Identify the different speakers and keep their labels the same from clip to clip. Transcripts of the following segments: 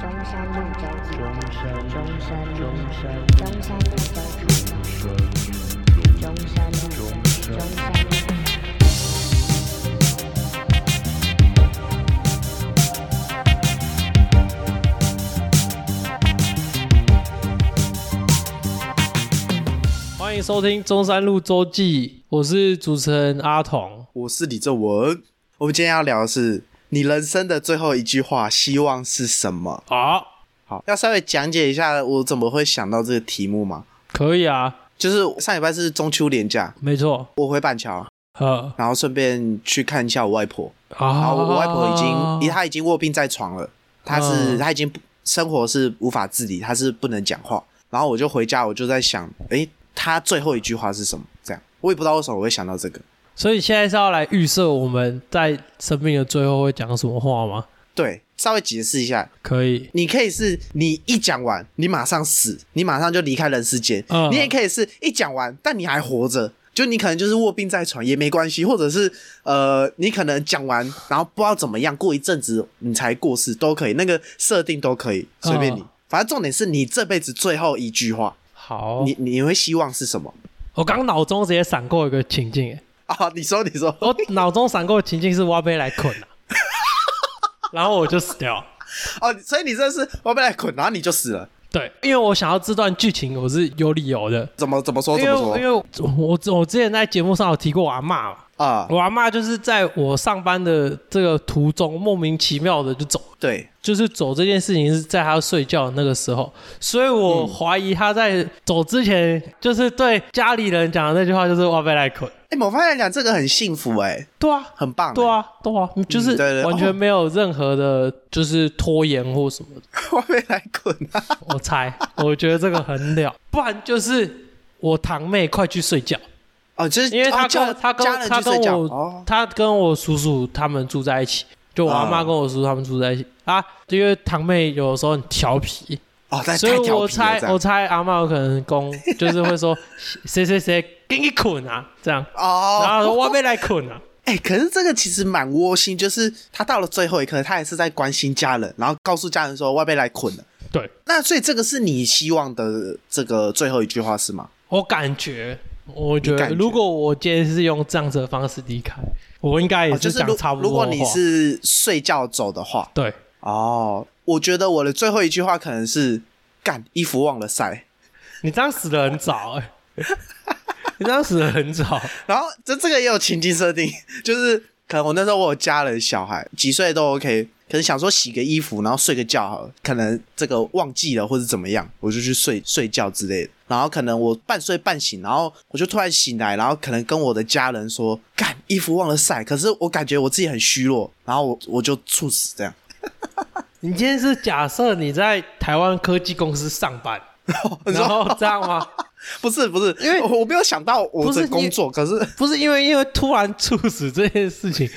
Speaker 1: 中山路中
Speaker 2: 中山路
Speaker 1: 中山路
Speaker 2: 中山路
Speaker 1: 中山路中中山路中山路。
Speaker 3: 欢迎收听中山路周记，我是主持人阿童。
Speaker 2: 我是李正文。我们今天要聊的是你人生的最后一句话，希望是什么？
Speaker 3: 好，
Speaker 2: 好，要稍微讲解一下我怎么会想到这个题目嘛？
Speaker 3: 可以啊，
Speaker 2: 就是上礼拜是中秋连假，
Speaker 3: 没错，
Speaker 2: 我回板桥，
Speaker 3: 呃，
Speaker 2: 然后顺便去看一下我外婆。然
Speaker 3: 啊
Speaker 2: 后我外婆已经，她已经卧病在床了，她是
Speaker 3: 哦嗯
Speaker 2: 她已经不生活是无法自理，她是不能讲话。然后我就回家，我就在想，诶，她最后一句话是什么？这样我也不知道为什么我会想到这个。
Speaker 3: 所以现在是要来预设我们在生命的最后会讲什么话吗？
Speaker 2: 对，稍微解释一下，
Speaker 3: 可以，
Speaker 2: 你可以是你一讲完，你马上死，你马上就离开人世间；
Speaker 3: 嗯
Speaker 2: 你也可以是一讲完，但你还活着，就你可能就是卧病在床也没关系，或者是呃，你可能讲完，然后不知道怎么样，过一阵子你才过世都可以，那个设定都可以，随便你。
Speaker 3: 嗯
Speaker 2: 反正重点是你这辈子最后一句话，
Speaker 3: 好，
Speaker 2: 你你会希望是什么？
Speaker 3: 我刚脑中直接闪过一个情境，哎，
Speaker 2: 啊，你说，你说，
Speaker 3: 我脑中闪过的情境是挖被来捆了、然后我就死掉。
Speaker 2: 哦，所以你这是我被来捆，然后你就死了，
Speaker 3: 对，因为我想要这段剧情，我是有理由的。
Speaker 2: 怎么怎么说
Speaker 3: 因
Speaker 2: 怎
Speaker 3: 为
Speaker 2: 么
Speaker 3: 因
Speaker 2: 说
Speaker 3: 为我我我之前在节目上有提过我阿妈嘛，
Speaker 2: 啊？
Speaker 3: 我阿妈就是在我上班的这个途中莫名其妙的就走，
Speaker 2: 对，
Speaker 3: 就是走这件事情是在她睡觉的那个时候，所以我
Speaker 2: 嗯
Speaker 3: 怀疑她在走之前，就是对家里人讲的那句话就是“哇被来捆
Speaker 2: 哎，某方面来讲，这个很幸福，哎，”，
Speaker 3: 对啊。
Speaker 2: 很棒，
Speaker 3: 对啊，对啊，就是
Speaker 2: 对对
Speaker 3: 完
Speaker 2: 哦
Speaker 3: 全没有任何的，就是拖延或什么的。
Speaker 2: 我没来滚啊！
Speaker 3: 我猜，我觉得这个很了，不然就是我堂妹快去睡觉，
Speaker 2: 哦，就是
Speaker 3: 因为他
Speaker 2: 哦叫
Speaker 3: 跟他跟
Speaker 2: 家人
Speaker 3: 他
Speaker 2: 去睡
Speaker 3: 跟
Speaker 2: 觉
Speaker 3: 我
Speaker 2: 哦，
Speaker 3: 他跟我叔叔他们住在一起，就我阿妈
Speaker 2: 嗯
Speaker 3: 跟我叔叔他们住在一起啊。因为堂妹有时候很调皮，
Speaker 2: 哦，但
Speaker 3: 所以
Speaker 2: 太调
Speaker 3: 我
Speaker 2: 皮了
Speaker 3: 猜
Speaker 2: 这
Speaker 3: 我
Speaker 2: 样。
Speaker 3: 猜阿妈有可能公就是会说 谁谁谁给你捆啊这样，然后
Speaker 2: 哦，
Speaker 3: 说我被来捆 啊，
Speaker 2: 哎、可是这个其实蛮窝心，就是他到了最后一刻，他也是在关心家人，然后告诉家人说外被来捆了。
Speaker 3: 对
Speaker 2: 那所以这个是你希望的这个最后一句话是吗？哦
Speaker 3: 我感觉。我觉
Speaker 2: 你感
Speaker 3: 得，
Speaker 2: 觉
Speaker 3: 如果我今天是用这样子的方式离开，我应该也
Speaker 2: 哦，就是
Speaker 3: 讲
Speaker 2: 如
Speaker 3: 差不
Speaker 2: 如
Speaker 3: 多
Speaker 2: 果
Speaker 3: 的话。
Speaker 2: 你是睡觉走的话，
Speaker 3: 对，
Speaker 2: 哦，我觉得我的最后一句话可能是干衣服忘了晒，
Speaker 3: 你这样死的很早、 欸，你这样死的很早。
Speaker 2: 然后这这个也有情境设定， 就是可能我那时候我有家人小孩，几岁都 OK，可能想说洗个衣服，然后睡个觉好了，可能这个忘记了或者怎么样，我就去睡睡觉之类的。然后可能我半睡半醒，然后我就突然醒来，然后可能跟我的家人说，干衣服忘了晒，可是我感觉我自己很虚弱，然后我我就猝死这样。
Speaker 3: 你今天是假设你在台湾科技公司上班，然后这样吗？
Speaker 2: 不是不是，因为我我没有想到我
Speaker 3: 不是
Speaker 2: 的
Speaker 3: 你
Speaker 2: 工作，可是
Speaker 3: 不是因为因为突然猝死这件事情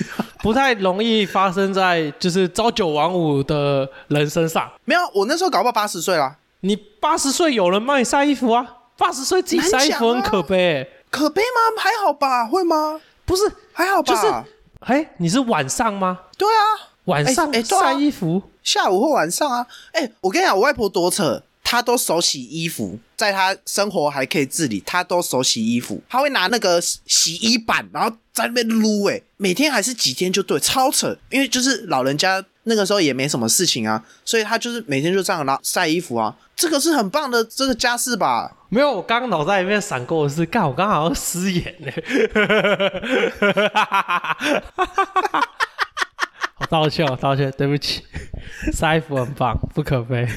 Speaker 3: 不太容易发生在就是朝九晚五的人身上。
Speaker 2: 没有，我那时候搞不好八十岁啦，
Speaker 3: 你八十岁有人帮你晒衣服啊？八十岁自己晒衣服很
Speaker 2: 难讲啊
Speaker 3: 可悲、欸，
Speaker 2: 可悲吗？还好吧，会吗？
Speaker 3: 不是？
Speaker 2: 还好吧，
Speaker 3: 就是哎、你是晚上吗？
Speaker 2: 对啊。
Speaker 3: 晚上
Speaker 2: 哎哎对啊
Speaker 3: 晒衣服？
Speaker 2: 下午或晚上啊。哎、我跟你讲，我外婆多扯，她都手洗衣服，在她生活还可以自理，她都手洗衣服，她会拿那个洗衣板，然后在那边撸，哎，每天还是几天就对，超扯。因为就是老人家那个时候也没什么事情啊，所以她就是每天就这样拿晒衣服啊，这个是很棒的这个家事吧。
Speaker 3: 没有，我刚刚脑袋里面闪过的是，干，我刚刚好像失言呢、 欸。我道歉，我道歉，对不起。塞服很棒，不可悲。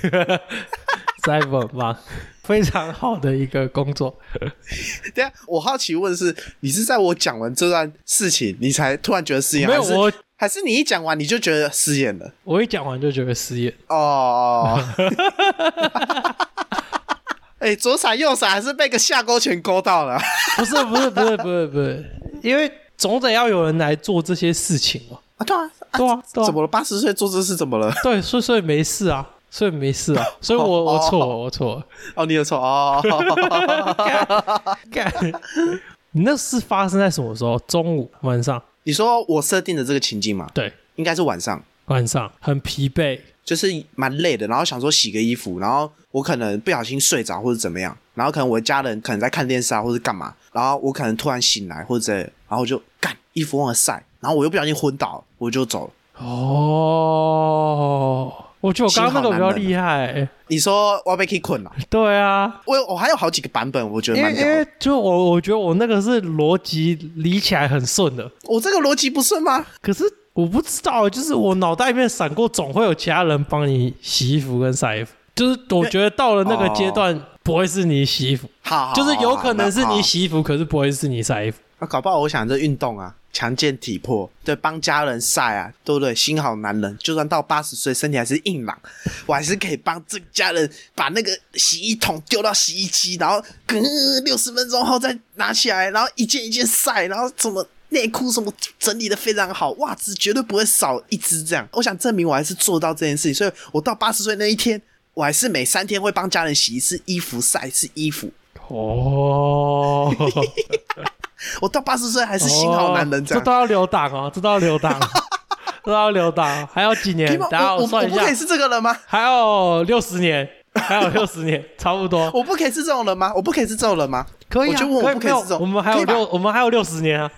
Speaker 3: 塞服很棒，非常好的一个工作。
Speaker 2: 对啊，我好奇问的是，你是在我讲完这段事情，你才突然觉得失言，
Speaker 3: 没有
Speaker 2: 还是
Speaker 3: 我，
Speaker 2: 还是你一讲完你就觉得失言了？
Speaker 3: 我一讲完就觉得失言。
Speaker 2: 哦， 哎、左闪右闪还是被个下勾拳勾到了。
Speaker 3: 不是，不是，不是，不是，不是，因为总得要有人来做这些事情哦。
Speaker 2: 啊，对啊，啊
Speaker 3: 对啊，对啊
Speaker 2: 怎么了？八十岁做这事怎么了？
Speaker 3: 对，所以所以没事啊，所以没事啊，所以我我错了，我错了。
Speaker 2: 哦，你有错哦。
Speaker 3: 干，你那是发生在什么时候？中午、晚上？
Speaker 2: 你说我设定的这个情境嘛，
Speaker 3: 对，
Speaker 2: 应该是晚上。
Speaker 3: 晚上很疲惫，
Speaker 2: 就是蛮累的，然后想说洗个衣服，然后我可能不小心睡着或者怎么样，然后可能我家人可能在看电视啊，或者干嘛，然后我可能突然醒来或者之类的，然后我就干衣服忘了晒，然后我又不小心昏倒了，我就走了。
Speaker 3: 哦，我觉得我刚刚那个比较厉害、
Speaker 2: 你说我要被 k 困了？
Speaker 3: 对啊，
Speaker 2: 我我还有好几个版本，我觉得
Speaker 3: 因为
Speaker 2: 蛮屌
Speaker 3: 因
Speaker 2: 的。
Speaker 3: 为就我我觉得我那个是逻辑理起来很顺的，
Speaker 2: 我这个逻辑不顺吗？
Speaker 3: 可是我不知道，就是我脑袋里面闪过，总会有其他人帮你洗衣服跟晒衣服，就是我觉得到了那个阶
Speaker 2: 哦
Speaker 3: 段。不会是你洗衣服，
Speaker 2: 好好好
Speaker 3: 就是有可能是你
Speaker 2: 好
Speaker 3: 洗衣服，可是不会是你晒衣服。
Speaker 2: 啊，搞不好我想这运动啊，强健体魄，对，帮家人晒啊，对不对？心好男人，就算到八十岁，身体还是硬朗，我还是可以帮这个家人把那个洗衣桶丢到洗衣机，然后隔六十分钟后再拿起来，然后一件一件晒，然后怎么内裤什么整理的非常好，袜子绝对不会少一只这样。我想证明我还是做到这件事情，所以我到八十岁那一天。我还是每三天会帮家人洗一次衣服，晒一次衣服。
Speaker 3: 哦，
Speaker 2: 我到八十岁还是心好男人这
Speaker 3: 这
Speaker 2: 样。
Speaker 3: 都要留档哦，这都要留档， 这都要留档，啊还有几年
Speaker 2: 皮毛？，
Speaker 3: 等下
Speaker 2: 我我
Speaker 3: 啊算
Speaker 2: 我
Speaker 3: 一
Speaker 2: 不
Speaker 3: 下
Speaker 2: 可以，是这个 人吗？
Speaker 3: 还有六十年，还有六十年， 差不多。
Speaker 2: 我不可以是这种人吗？我不可以是这种人吗？
Speaker 3: 可以
Speaker 2: 我
Speaker 3: 啊，
Speaker 2: 就问
Speaker 3: 可
Speaker 2: 我不可
Speaker 3: 没
Speaker 2: 以
Speaker 3: 有
Speaker 2: 是这种
Speaker 3: 我们还有
Speaker 2: 可以吧
Speaker 3: 六，我们还有六十 年啊，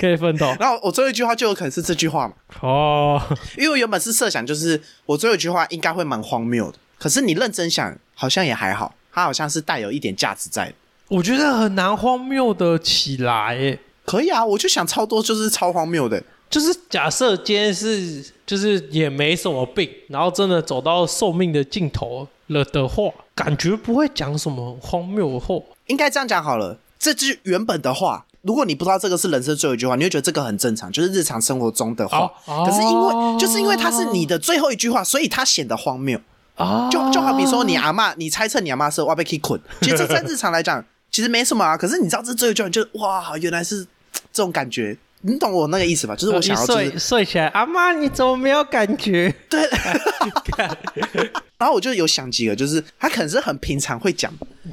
Speaker 3: 可以奋斗。
Speaker 2: 然后我最后一句话就有可能是这句话嘛，
Speaker 3: 哦，
Speaker 2: 因为我原本是设想就是我最后一句话应该会蛮荒谬的，可是你认真想好像也还好，它好像是带有一点价值在的。
Speaker 3: 我觉得很难荒谬的起来耶。
Speaker 2: 可以啊，我就想超多就是超荒谬的，
Speaker 3: 就是假设今天是，就是也没什么病，然后真的走到寿命的尽头了的话，感觉不会讲什么荒谬的话。
Speaker 2: 应该这样讲好了。这句原本的话，如果你不知道这个是人生最后一句话，你会觉得这个很正常，就是日常生活中的话。
Speaker 3: 哦
Speaker 2: 可是因
Speaker 3: 哦
Speaker 2: 为就是因为它是你的最后一句话，所以它显得荒谬。
Speaker 3: 啊
Speaker 2: 就就好比说你阿嬷，你猜测你阿嬷是哇被 kick 捆，其实这在日常来讲其实没什么啊。可是你知道这最后一句话，你就哇，原来是嘖这种感觉，你懂我那个意思吧？就是我想要就是
Speaker 3: 睡睡起来，阿妈你怎么没有感觉？
Speaker 2: 对，然后我就有想几个，就是他可能是很平常会讲，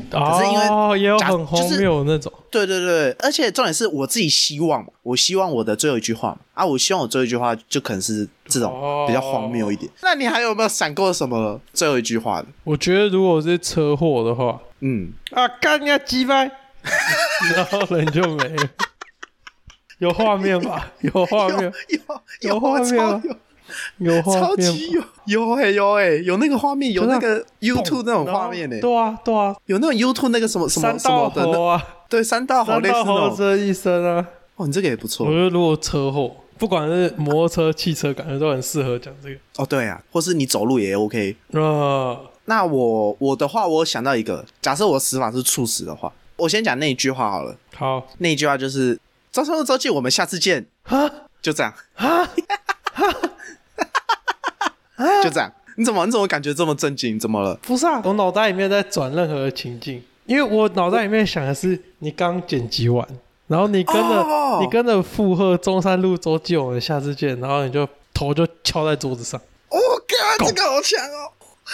Speaker 3: 可
Speaker 2: 是因为
Speaker 3: 哦、也有
Speaker 2: 假
Speaker 3: 很荒谬的那种，
Speaker 2: 对对对，而且重点是我自己希望嘛，我希望我的最后一句话嘛，啊，我希望我最后一句话就可能是这
Speaker 3: 哦
Speaker 2: 种比较荒谬一点。那你还有没有闪过什么最后一句话的？
Speaker 3: 我觉得如果是车祸的 话，
Speaker 2: 嗯，
Speaker 3: 啊，干你啊鸡掰， 然后人就没了。有画面 吧？有画
Speaker 2: 有
Speaker 3: 面，
Speaker 2: 有
Speaker 3: 有画
Speaker 2: 有
Speaker 3: 面啊
Speaker 2: 超有。
Speaker 3: 有画
Speaker 2: 超
Speaker 3: 面
Speaker 2: 级有有哎、有哎、有那个画面，有那个 YouTube 那种画面呢、
Speaker 3: 啊然
Speaker 2: 欸
Speaker 3: 后对啊，对啊，
Speaker 2: 有那种 YouTube 那个什么什
Speaker 3: 三
Speaker 2: 么什
Speaker 3: 道
Speaker 2: 么的那，
Speaker 3: 猴啊，
Speaker 2: 对，三道猴
Speaker 3: 三
Speaker 2: 类似
Speaker 3: 道
Speaker 2: 那
Speaker 3: 猴嗯
Speaker 2: 种。
Speaker 3: 这一生啊。
Speaker 2: 哦，你这个也不
Speaker 3: 我
Speaker 2: 错
Speaker 3: 觉得如果车祸，不管是摩托车、汽车，感觉都很适合讲这个。
Speaker 2: 哦，对啊，或是你走路也 OK。
Speaker 3: 呃，
Speaker 2: 那我我的话，我想到一个，假设我死法是猝死的话，我先讲那一句话好了。
Speaker 3: 好
Speaker 2: 那一句话就是“招生周记，我们下次见
Speaker 3: 啊，”，
Speaker 2: 就这样。 就这样。你怎么你怎么感觉这么震惊？怎么了？
Speaker 3: 不是啊，我脑袋里面在转任何的情境，因为我脑袋里面想的是你刚剪辑完，然后你跟着、
Speaker 2: 哦
Speaker 3: 你跟着附和中山路周记，我们下次见，然后你就头就敲在桌子上，
Speaker 2: 哦，哥，这个好强哦！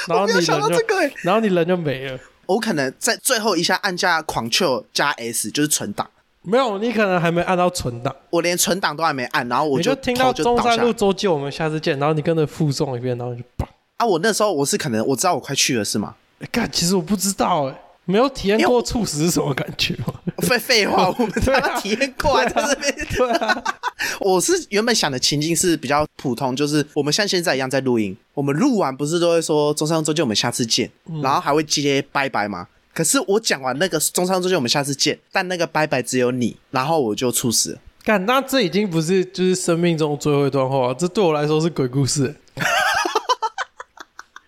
Speaker 3: 然后你
Speaker 2: 我没有
Speaker 3: 人
Speaker 2: 想到
Speaker 3: 就
Speaker 2: 这个欸
Speaker 3: 然后你人就没了。
Speaker 2: 我可能在最后一下按下 Ctrl 加 S 就是存档，
Speaker 3: 没有，你可能还没按到存档，
Speaker 2: 我连存档都还没按，然后我
Speaker 3: 你就听到
Speaker 2: 头就
Speaker 3: 中
Speaker 2: 倒
Speaker 3: 山
Speaker 2: 下
Speaker 3: 路周记，我们下次见，然后你跟着附送一遍，然后你就砰。
Speaker 2: 啊！我那时候我是可能我知道我快去了是吗？
Speaker 3: 欸干、其实我不知道哎、没有体验
Speaker 2: 因为
Speaker 3: 过
Speaker 2: 我
Speaker 3: 猝死是什么感觉吗？
Speaker 2: 废废话，我们他
Speaker 3: 啊
Speaker 2: 妈体验过啊，在这边。
Speaker 3: 对啊，
Speaker 2: 我是原本想的情境是比较普通，就是我们像现在一样在录音，我们录完不是都会说中山路周见，我们下次见，
Speaker 3: 嗯
Speaker 2: 然后还会接拜拜吗？可是我讲完那个中山路周见，我们下次见，但那个拜拜只有你，然后我就猝死了。
Speaker 3: 干，那这已经不是就是生命中最后一段话，这对我来说是鬼故 事、欸。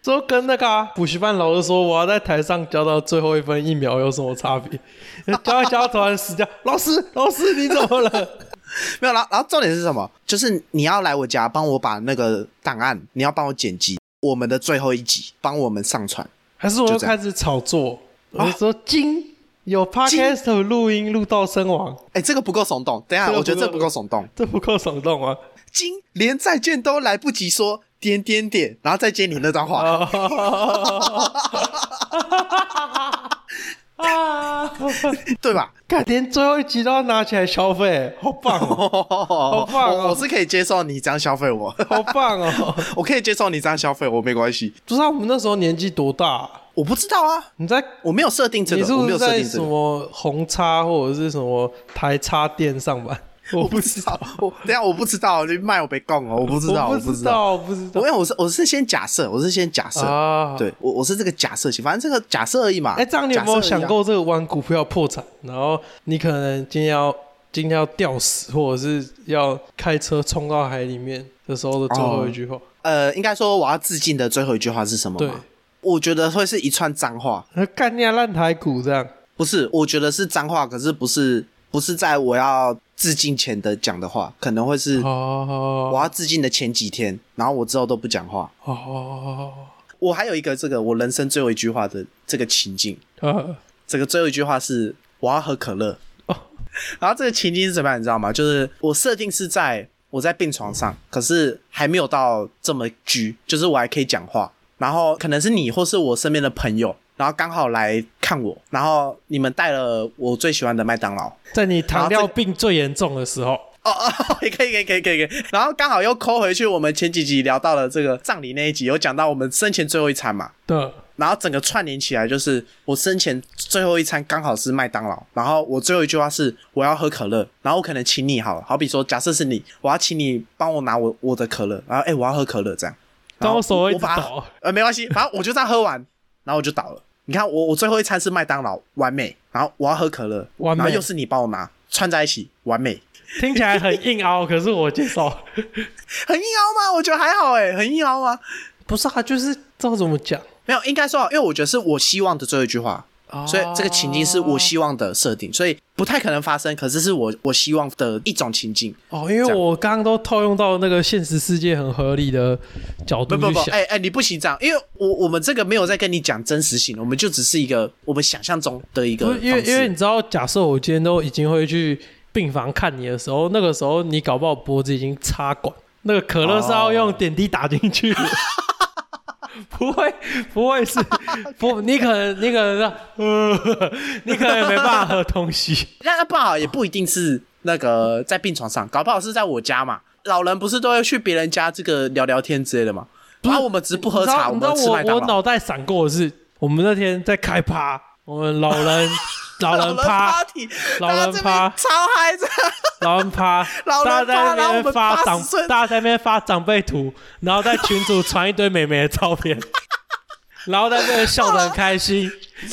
Speaker 3: 就跟那个啊补、习班老师说，我要在台上教到最后一分一秒有什么差别？教一教突然死掉，老师，老师你怎么了？
Speaker 2: 没有，然后然后重点是什么？就是你要来我家帮我把那个档案，你要帮我剪辑我们的最后一集，帮我们上传。
Speaker 3: 还是我又
Speaker 2: 就这样
Speaker 3: 开始炒作？我
Speaker 2: 啊
Speaker 3: 就说金有 podcast 录音录到身亡，
Speaker 2: 哎，这个不够耸动，等一
Speaker 3: 这
Speaker 2: 下
Speaker 3: 个
Speaker 2: 我觉得这
Speaker 3: 不
Speaker 2: 不
Speaker 3: 够
Speaker 2: 够耸动。
Speaker 3: 这不够耸动吗？
Speaker 2: 金连再见都来不及说点点点，然后再接你那段
Speaker 3: 哦
Speaker 2: 话，
Speaker 3: 啊！
Speaker 2: 对吧？
Speaker 3: 看连最后一集都要拿起来消费，好棒 哦，
Speaker 2: 好
Speaker 3: 棒哦
Speaker 2: 我我是可以接受你这样消费我，
Speaker 3: 好棒哦！
Speaker 2: 我可以接受你这样消费我，没关系。
Speaker 3: 不知道我们那时候年纪多大、
Speaker 2: 我不知道啊，
Speaker 3: 你在
Speaker 2: 我没有设定这
Speaker 3: 你是
Speaker 2: 个，我
Speaker 3: 不
Speaker 2: 没
Speaker 3: 是
Speaker 2: 有设
Speaker 3: 在
Speaker 2: 定这
Speaker 3: 什
Speaker 2: 个，
Speaker 3: 么红叉或者是什么台叉店上班？
Speaker 2: 我不知道。我等一下我不知道，你卖我被供哦，我不知道，
Speaker 3: 我
Speaker 2: 我
Speaker 3: 不
Speaker 2: 不
Speaker 3: 知
Speaker 2: 知道。，
Speaker 3: 我不知
Speaker 2: 我
Speaker 3: 道
Speaker 2: 因为我是我是先假设，我是先假设，
Speaker 3: 啊。，
Speaker 2: 对我我是这个假设型，反正这个假设而已嘛。
Speaker 3: 哎，这样你有没有
Speaker 2: 假设而已啊
Speaker 3: 想？过这个玩股票破产，然后你可能今天要今天要吊死，或者是要开车冲到海里面的时候的最后一句话？
Speaker 2: 呃，应该说我要致敬的最后一句话是什么
Speaker 3: 对，
Speaker 2: 吗？我觉得会是一串脏话，
Speaker 3: 那干你啊烂台股这样。
Speaker 2: 不是，我觉得是脏话，可是不是不是在我要致敬前的讲的话，可能会是我
Speaker 3: 哦
Speaker 2: 要致敬的前几天，然后我之后都不讲话。
Speaker 3: 哦，
Speaker 2: 我还有一个这个我人生最后一句话的这个情境，
Speaker 3: 呃，
Speaker 2: 这个最后一句话是我要喝可乐。
Speaker 3: 哦
Speaker 2: 然后这个情境是怎么样，你知道吗？就是我设定是在我在病床上，可是还没有到这么居，就是我还可以讲话。然后可能是你或是我身边的朋友，然后刚好来看我，然后你们带了我最喜欢的麦当劳。
Speaker 3: 在你糖
Speaker 2: 然
Speaker 3: 尿
Speaker 2: 后这
Speaker 3: 病最严重的时候，
Speaker 2: 哦哦， 可以可以可以可以可以。然后刚好又抠回去，我们前几集聊到了这个葬礼那一集，有讲到我们生前最后一餐嘛。
Speaker 3: 对，
Speaker 2: 然后整个串联起来，就是我生前最后一餐刚好是麦当劳，然后我最后一句话是我要喝可乐，然后我可能请你好了，好比说假设是你，我要请你帮我拿我我的可乐，然后哎、我要喝可乐这样，然后
Speaker 3: 到手会
Speaker 2: 我
Speaker 3: 一直
Speaker 2: 把它
Speaker 3: 倒。
Speaker 2: 呃没关系，反正我就这样喝完，然后我就倒了。你看我我最后一餐是麦当劳，完美，然后我要喝可乐，
Speaker 3: 完美
Speaker 2: 然后又是你帮我拿，串在一起完美，
Speaker 3: 听起来很硬凹，可是我接受。
Speaker 2: 很硬凹吗？我觉得还好哎、很硬凹吗？
Speaker 3: 不是啊，就是这要怎么讲？
Speaker 2: 没有，应该说啊好，因为我觉得是我希望的最后一句话，
Speaker 3: 哦
Speaker 2: 所以这个情境是我希望的设定，所以不太可能发生，可是是我我希望的一种情境。
Speaker 3: 哦，因为我刚刚都套用到那个现实世界很合理的角度
Speaker 2: 不不
Speaker 3: 去
Speaker 2: 不，
Speaker 3: 想。
Speaker 2: 哎哎，你不行这样，因为我我们这个没有在跟你讲真实性，我们就只是一个我们想象中的一个
Speaker 3: 不是
Speaker 2: 方式。
Speaker 3: 因为因为你知道，假设我今天都已经会去病房看你的时候，那个时候你搞不好脖子已经插管，那个可乐是要用点滴打进去的。 不会，不会是不？你可能，你可能是，呃， 你可能没办法喝东西。
Speaker 2: 那那不好也不一定是那个在病床上，搞不好是在我家嘛。老人不是都会去别人家这个聊聊天之类的吗？啊
Speaker 3: 不是
Speaker 2: 然后我们只是不喝茶，
Speaker 3: 你
Speaker 2: 我
Speaker 3: 知道
Speaker 2: 们
Speaker 3: 你
Speaker 2: 吃
Speaker 3: 知道
Speaker 2: 麦
Speaker 3: 我
Speaker 2: 当
Speaker 3: 我
Speaker 2: 劳。
Speaker 3: 脑袋闪过的是，我们那天在开趴，我们老 人老人趴，
Speaker 2: party，
Speaker 3: 老
Speaker 2: 大家
Speaker 3: 人
Speaker 2: 这边
Speaker 3: 趴
Speaker 2: 超嗨 这样。
Speaker 3: 老人趴，
Speaker 2: 老
Speaker 3: 大
Speaker 2: 人趴
Speaker 3: 家在
Speaker 2: 然后
Speaker 3: 那
Speaker 2: 我
Speaker 3: 边
Speaker 2: 们
Speaker 3: 发
Speaker 2: 80
Speaker 3: 长，
Speaker 2: 岁
Speaker 3: 大家在那边发长辈图，然后在群组传一堆美眉的照片，然后在那边笑得很开心，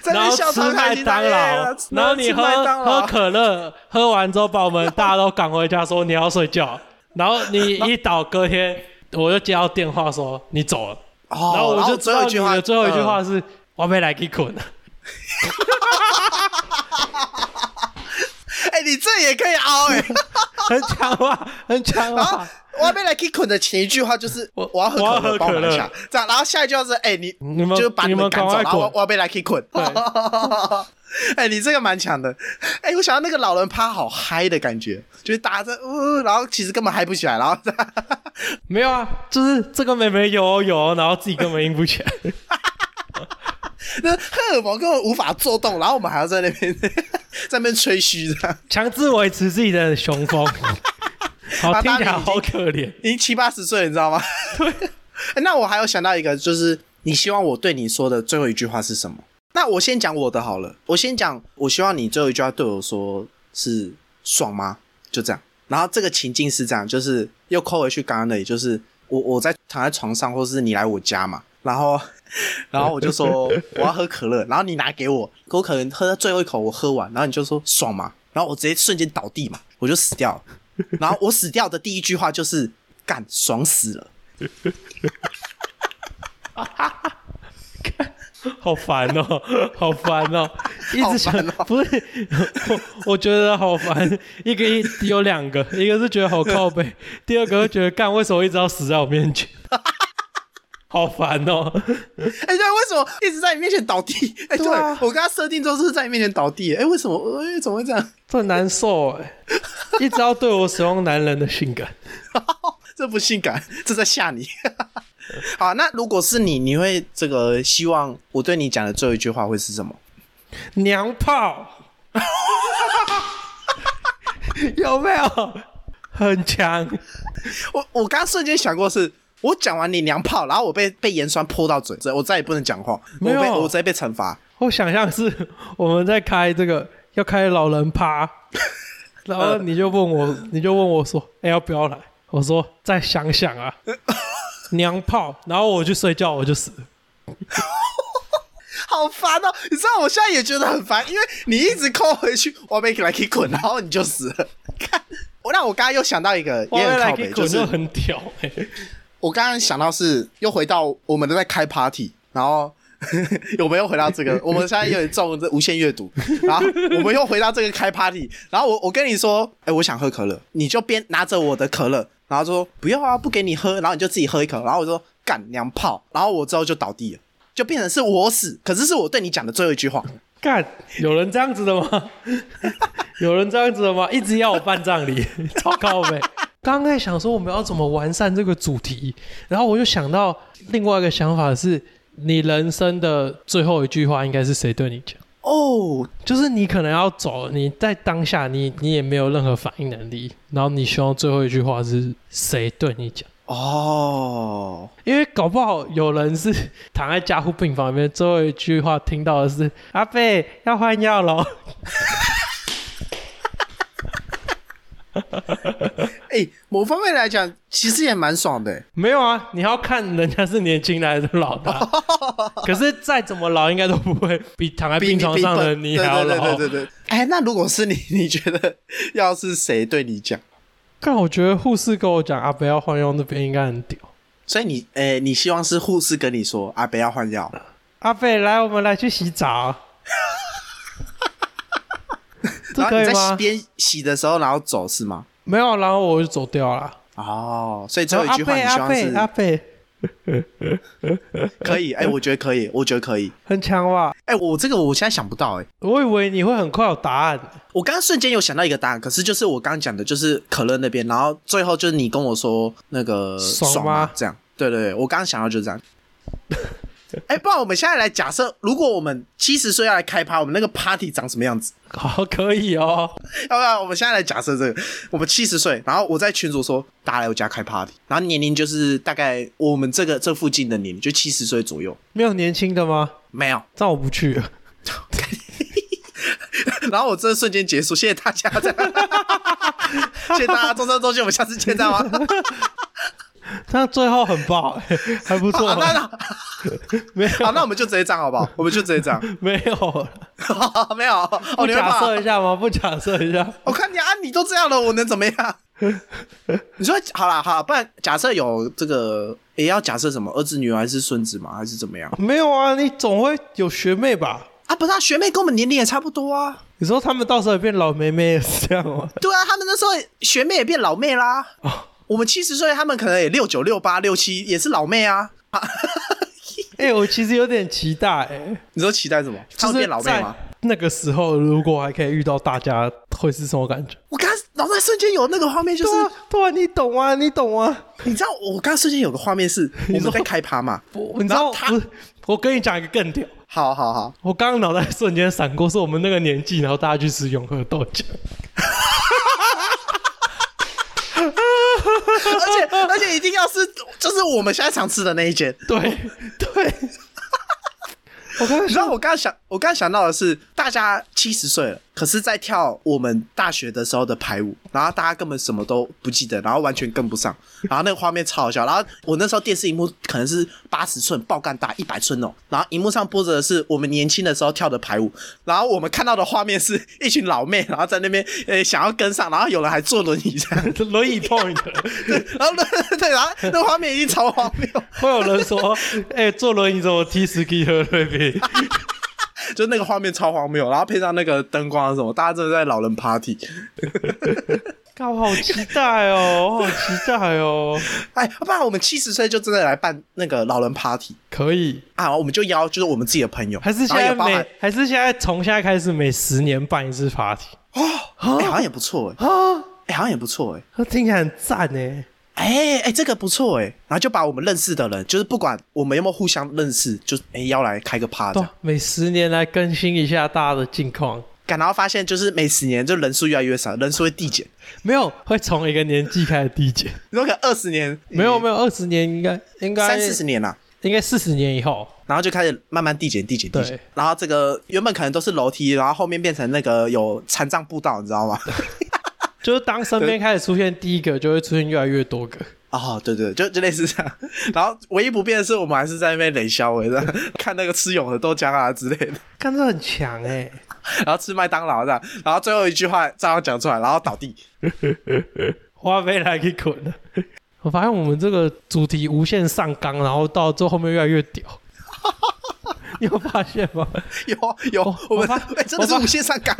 Speaker 2: 在
Speaker 3: 然
Speaker 2: 那
Speaker 3: 后
Speaker 2: 笑
Speaker 3: 吃
Speaker 2: 超
Speaker 3: 麦
Speaker 2: 开心哎
Speaker 3: 当
Speaker 2: 的
Speaker 3: 劳
Speaker 2: 耶，
Speaker 3: 然后你
Speaker 2: 吃
Speaker 3: 喝
Speaker 2: 麦当劳
Speaker 3: 喝可乐，喝完之后把我们大家都赶回家，说你要睡觉，然后 你一倒，隔天我就接到电话说你走了。
Speaker 2: 哦
Speaker 3: 然后我就知
Speaker 2: 最
Speaker 3: 道
Speaker 2: 后一
Speaker 3: 你
Speaker 2: 句话，
Speaker 3: 的最后一句
Speaker 2: 嗯
Speaker 3: 话是“我被来给捆了
Speaker 2: 哎、你这也可以 凹哎、欸。”，
Speaker 3: 很强
Speaker 2: 啊
Speaker 3: 化，很强
Speaker 2: 然后
Speaker 3: 化。
Speaker 2: 我被 Lucky 捆的前一句话就是
Speaker 3: 我
Speaker 2: 我要喝
Speaker 3: 我要
Speaker 2: 可
Speaker 3: 喝
Speaker 2: 乐，帮我拿
Speaker 3: 可乐
Speaker 2: 下。这样，然后下一句话是哎、你
Speaker 3: 你们
Speaker 2: 就是把
Speaker 3: 你们
Speaker 2: 们赶走，
Speaker 3: 赶快
Speaker 2: 然后我
Speaker 3: 滚
Speaker 2: 我要被 Lucky 捆。
Speaker 3: 对
Speaker 2: 哎、你这个蛮强的。哎、我想到那个老人趴好嗨的感觉，就是大家在呜、然后其实根本嗨不起来，然后
Speaker 3: 没有啊，就是这个妹妹有哦有哦，然后自己根本硬不 起来。
Speaker 2: 那荷尔蒙根本无法做动，然后我们还要在那边 在那边吹嘘这样。
Speaker 3: 强制维持自己的雄 风。好，
Speaker 2: 把
Speaker 3: 听
Speaker 2: 大
Speaker 3: 起来
Speaker 2: 米已经
Speaker 3: 好可怜。
Speaker 2: 已经七八十岁了，你知道吗？ 对、那我还有想到一个，就是你希望我对你说的最后一句话是什么？那我先讲我的好了，我先讲，我希望你最后一句话对我说是爽吗？就这样。然后这个情境是这样，就是又扣回去刚刚那里，就是我我在躺在床上，或是你来我家嘛，然后 然后我就说我要喝可乐，然后你拿给我，可我可能喝到最后一口我喝完，然后你就说爽嘛，然后我直接瞬间倒地嘛，我就死掉了。然后我死掉的第一句话就是干爽死了。
Speaker 3: 好烦哦， 好烦哦，一直想
Speaker 2: 好烦 哦
Speaker 3: 不是我，我觉得好烦。一个一有两个，一个是觉得好靠背， 第二个会觉得干为什么一直要死在我面前，好烦哦。
Speaker 2: 哎、对，为什么一直在你面前倒地？哎、对
Speaker 3: 对啊
Speaker 2: 我跟他设定都是在你面前倒地。哎、为什么？哎、怎么会这样？
Speaker 3: 这很难受哎、一直要对我使用男人的性感，
Speaker 2: 这不性感，这在吓你。 好，那如果是你，你会这个希望我对你讲的最后一句话会是什么？
Speaker 3: 娘炮， 有没有？很强，
Speaker 2: 我我刚瞬间想过是，我讲完你娘炮，然后我被被盐酸泼到嘴，我再也不能讲话，我
Speaker 3: 没有
Speaker 2: 被我直接被惩罚。
Speaker 3: 我想象是我们在开这个要开老人趴，然后你就问 我，你就问我说，哎、要不要来？我说再想想 啊，娘炮，然后我去睡觉，我就死了。
Speaker 2: 好烦哦！你知道我现在也觉得很烦，因为你一直扣回去，我被来 k 滚，然后你就死了。 看，我那我刚刚又想到一个也很
Speaker 3: 来
Speaker 2: 靠
Speaker 3: 可以
Speaker 2: 北，
Speaker 3: 滚
Speaker 2: 就是
Speaker 3: 就很屌、欸，
Speaker 2: 我刚刚想到是又回到我们都在开 party，然后 有没有回到这个？我们现在有点中这无限阅读，然后 我们又回到这个开 party，然后我我跟你说，哎、我想喝可乐，你就边拿着我的可乐，然后说不要啊，不给你喝，然后你就自己喝一口，然后我说干娘炮，然后我之后就倒地了，就变成是我死，可是是我对你讲的最后一句话。
Speaker 3: 干，有人这样子的吗？ 有人这样子的吗？一直要我办葬礼， 超靠北。刚刚在想说我们要怎么完善这个主题，然后我就想到另外一个想法是，你人生的最后一句话应该是谁对你讲？
Speaker 2: 哦，
Speaker 3: 就是你可能要走了，你在当下你你也没有任何反应能力，然后你希望最后一句话是谁对你讲？
Speaker 2: 哦，
Speaker 3: 因为搞不好有人是躺在加护病房里面，最后一句话听到的是“阿贝要换药了
Speaker 2: 哎、某方面来讲，其实也蛮爽的、”。
Speaker 3: 没有啊，你要看人家是年轻的还是老的 啊。可是再怎么老，应该都不会比躺在
Speaker 2: 比
Speaker 3: 病床上的你还哦要
Speaker 2: 对对
Speaker 3: 老
Speaker 2: 对。对对对。哎，那如果是你， 你觉得要是谁对你讲？
Speaker 3: 但我觉得护士跟我讲阿贝要换药那边应该很屌。
Speaker 2: 所以你，哎，你希望是护士跟你说啊，不要换药，
Speaker 3: 阿贝，来，我们来去洗 澡。这
Speaker 2: 然后
Speaker 3: 可
Speaker 2: 你
Speaker 3: 以
Speaker 2: 在洗
Speaker 3: 吗？
Speaker 2: 边洗的时候，然后走是吗？
Speaker 3: 没有，然后我就走掉了。
Speaker 2: 哦，所以最
Speaker 3: 然
Speaker 2: 后
Speaker 3: 后
Speaker 2: 一
Speaker 3: 阿
Speaker 2: 句话
Speaker 3: 贝，
Speaker 2: 你希
Speaker 3: 阿
Speaker 2: 望
Speaker 3: 贝，阿
Speaker 2: 是
Speaker 3: 贝，
Speaker 2: 可以？哎，我觉得可以，我觉得可以。
Speaker 3: 很强哇！
Speaker 2: 哎，我这个我现在想不到，哎，
Speaker 3: 我以为你会很快有答案。
Speaker 2: 我刚刚瞬间有想到一个答案，可是就是我刚刚讲的，就是可乐那边，然后最后就是你跟我说那个
Speaker 3: 爽吗
Speaker 2: 吗？这样，对对对，我刚刚想到就是这样。 哎、不然我们现在来假设，如果我们七十岁要来开趴，我们那个 party 长什么样子？
Speaker 3: 好，可以哦。
Speaker 2: 要不然我们现在来假设这个，我们七十岁，然后我在群主说大家来我家开 party，然后年龄就是大概我们这个这附近的年龄就七十岁左右，
Speaker 3: 没有年轻的吗？
Speaker 2: 没有。
Speaker 3: 这样我不去 了。
Speaker 2: 然后我这瞬间结束，谢谢大家，这样 谢谢大家，中山中心，我们下次见，这样吗？
Speaker 3: 这样最后很棒，还不错
Speaker 2: 好，。啊那 那
Speaker 3: 没
Speaker 2: 好，
Speaker 3: 有，
Speaker 2: 那我们就直接这样好不好？我们就直接这样。
Speaker 3: 没有。
Speaker 2: 没有，哦，
Speaker 3: 不
Speaker 2: 你会
Speaker 3: 假
Speaker 2: 怕？
Speaker 3: 设一下吗？不假设一下。
Speaker 2: 我看你啊，你都这样了，我能怎么样？ 你说好啦，好啦，不然假设有这个，也要假设什么儿子、女儿还是孙子嘛，还是怎么样
Speaker 3: 没有啊，你总会有学妹吧？
Speaker 2: 啊？不是、啊，学妹跟我们年龄也差不多啊。
Speaker 3: 你说他们到时候也变老妹妹也是这样吗？
Speaker 2: 对啊，他们那时候学妹也变老妹啦。
Speaker 3: 哦
Speaker 2: 我们七十岁，他们可能也六九、六八、六七，也是老妹啊。
Speaker 3: 哎、我其实有点期待、哎，
Speaker 2: 你说期待什么？他
Speaker 3: 就
Speaker 2: 们
Speaker 3: 是
Speaker 2: 变老妹吗
Speaker 3: 在？那个时候，如果还可以遇到大家，会是什么感觉？
Speaker 2: 我刚刚脑袋瞬间有那个画面，就
Speaker 3: 对
Speaker 2: 是
Speaker 3: 啊，对啊，你懂啊，你懂啊。
Speaker 2: 你知道，我刚刚瞬间有个画 面是我们在开趴嘛。
Speaker 3: 我你知
Speaker 2: 然后
Speaker 3: 道，
Speaker 2: 他
Speaker 3: 我我跟你讲一个更屌，
Speaker 2: 好好好，
Speaker 3: 我刚刚脑袋瞬间闪过，是我们那个年纪，然后大家去吃永和豆 浆。
Speaker 2: 而且而且一定要是就是我们现在常吃的那一间。
Speaker 3: 对对，我刚刚
Speaker 2: 你 知道
Speaker 3: 说，
Speaker 2: 我刚刚想，我刚刚想到的是，大家七十岁了，可是在跳我们大学的时候的排舞，然后大家根本什么都不记得，然后完全跟不上，然后那个画面超好笑。然后我那时候电视荧幕可能是八十寸爆干大一百寸哦，然后荧幕上播着的是我们年轻的时候跳的排舞，然后我们看到的画面是一群老妹，然后在那边呃想要跟上，然后有人还坐轮椅这样，
Speaker 3: 轮椅 E point
Speaker 2: 然后对，然后那 个画面已经超荒谬。
Speaker 3: 会有人说，哎、坐轮椅怎么踢 ski 和瑞比？
Speaker 2: 就那个画面超荒谬，然后配上那个灯光什么，大家真的在老人 party。
Speaker 3: 干我好期待哦，我好期待哦。
Speaker 2: 哎，不然我们七十岁就真的来办那个老人 party
Speaker 3: 可以，
Speaker 2: 啊，我们就邀就是我们自己的朋友，
Speaker 3: 还是现
Speaker 2: 然后
Speaker 3: 在啊
Speaker 2: 也包含
Speaker 3: 每，还是现在从现在开始每十年办一次 party
Speaker 2: 哎、好像也不错哎、
Speaker 3: 啊？
Speaker 2: 哎、好像也不错哎、
Speaker 3: 这听起来很赞呢。欸
Speaker 2: 哎、哎、这个不错哎、然后就把我们认识的人，就是不管我们有没有互相认识，就是哎、要来开个趴这
Speaker 3: 对
Speaker 2: 样
Speaker 3: 啊，每十年来更新一下大家的近况，
Speaker 2: 干然后发现就是每十年就人数越来越少，人数会递减，
Speaker 3: 没有会从一个年纪开始递减，
Speaker 2: 你说可能二十年
Speaker 3: 没有没有，二十年应该应该
Speaker 2: 三四十年啦、
Speaker 3: 应该四十年以后，
Speaker 2: 然后就开始慢慢递减递减递减
Speaker 3: 对，
Speaker 2: 然后这个原本可能都是楼梯，然后后面变成那个有残障步道，你知道吗？
Speaker 3: 就是当身边开始出现第一个，就会出现越来越多个。
Speaker 2: 哦，对对，就就类似这样。然后唯一不变的是，我们还是在那边冷笑，我在看那个吃永和豆浆啊之类的，
Speaker 3: 看这很强哎、
Speaker 2: 然后吃麦当劳这样，然后最后一句话照样讲出来，然后倒地。
Speaker 3: 花呗来给滚了。我发现我们这个主题无限上纲，然后到最后面越来越屌。 你有发现吗？
Speaker 2: 有有， 我
Speaker 3: 我
Speaker 2: 们
Speaker 3: 发
Speaker 2: 哎、真的是
Speaker 3: 我发
Speaker 2: 无限上纲，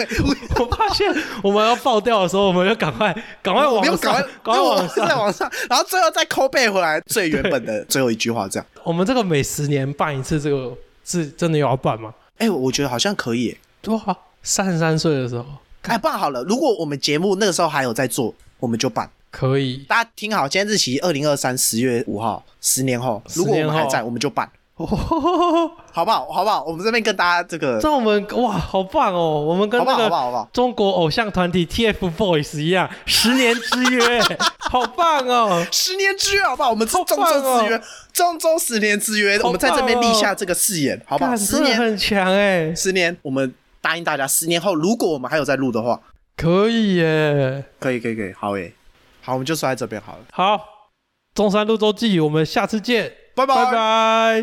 Speaker 2: 我
Speaker 3: 我发现我们要爆掉的时候，我们就赶快赶快
Speaker 2: 我
Speaker 3: 往
Speaker 2: 没有
Speaker 3: 上，
Speaker 2: 搞，
Speaker 3: 赶快
Speaker 2: 我
Speaker 3: 往
Speaker 2: 们在
Speaker 3: 上。
Speaker 2: 往上，然后最后再抠背回来最原本的最后一句话这样。
Speaker 3: 我们这个每十年办一次，这个是真的有要办吗？
Speaker 2: 哎、我觉得好像可以耶。
Speaker 3: 对啊，三十三岁的时候
Speaker 2: 哎，办好了，如果我们节目那个时候还有在做，我们就办。
Speaker 3: 可以，
Speaker 2: 大家听好，今天日期二零二三十月五号，十年后，
Speaker 3: 十
Speaker 2: 如果我
Speaker 3: 年
Speaker 2: 们还
Speaker 3: 后
Speaker 2: 在，我们就办，
Speaker 3: 哦、
Speaker 2: 好不好？好不好？我们这边跟大家这个，
Speaker 3: 这样我们哇，好棒哦！我们跟
Speaker 2: 好不
Speaker 3: 那
Speaker 2: 好？好
Speaker 3: 个
Speaker 2: 不好？好不好？
Speaker 3: 中国偶像团体 TFBOYS 一样，十年之约， 好棒哦！
Speaker 2: 十年之约，好不好？我们是
Speaker 3: 好
Speaker 2: 中
Speaker 3: 棒
Speaker 2: 州之约
Speaker 3: 哦，
Speaker 2: 中州十年之约，
Speaker 3: 好
Speaker 2: 我们在这边
Speaker 3: 棒哦
Speaker 2: 立下这个誓言，好不好？
Speaker 3: 干
Speaker 2: 十
Speaker 3: 真的
Speaker 2: 年，
Speaker 3: 很强哎、
Speaker 2: 十年，我们答应大家，十年后如果我们还有在录的话，
Speaker 3: 可以耶！
Speaker 2: 可以，可以，可以，好诶，好，我们就说在这边好了，
Speaker 3: 好，中山路周记，我们下次见，
Speaker 2: 拜
Speaker 3: 拜拜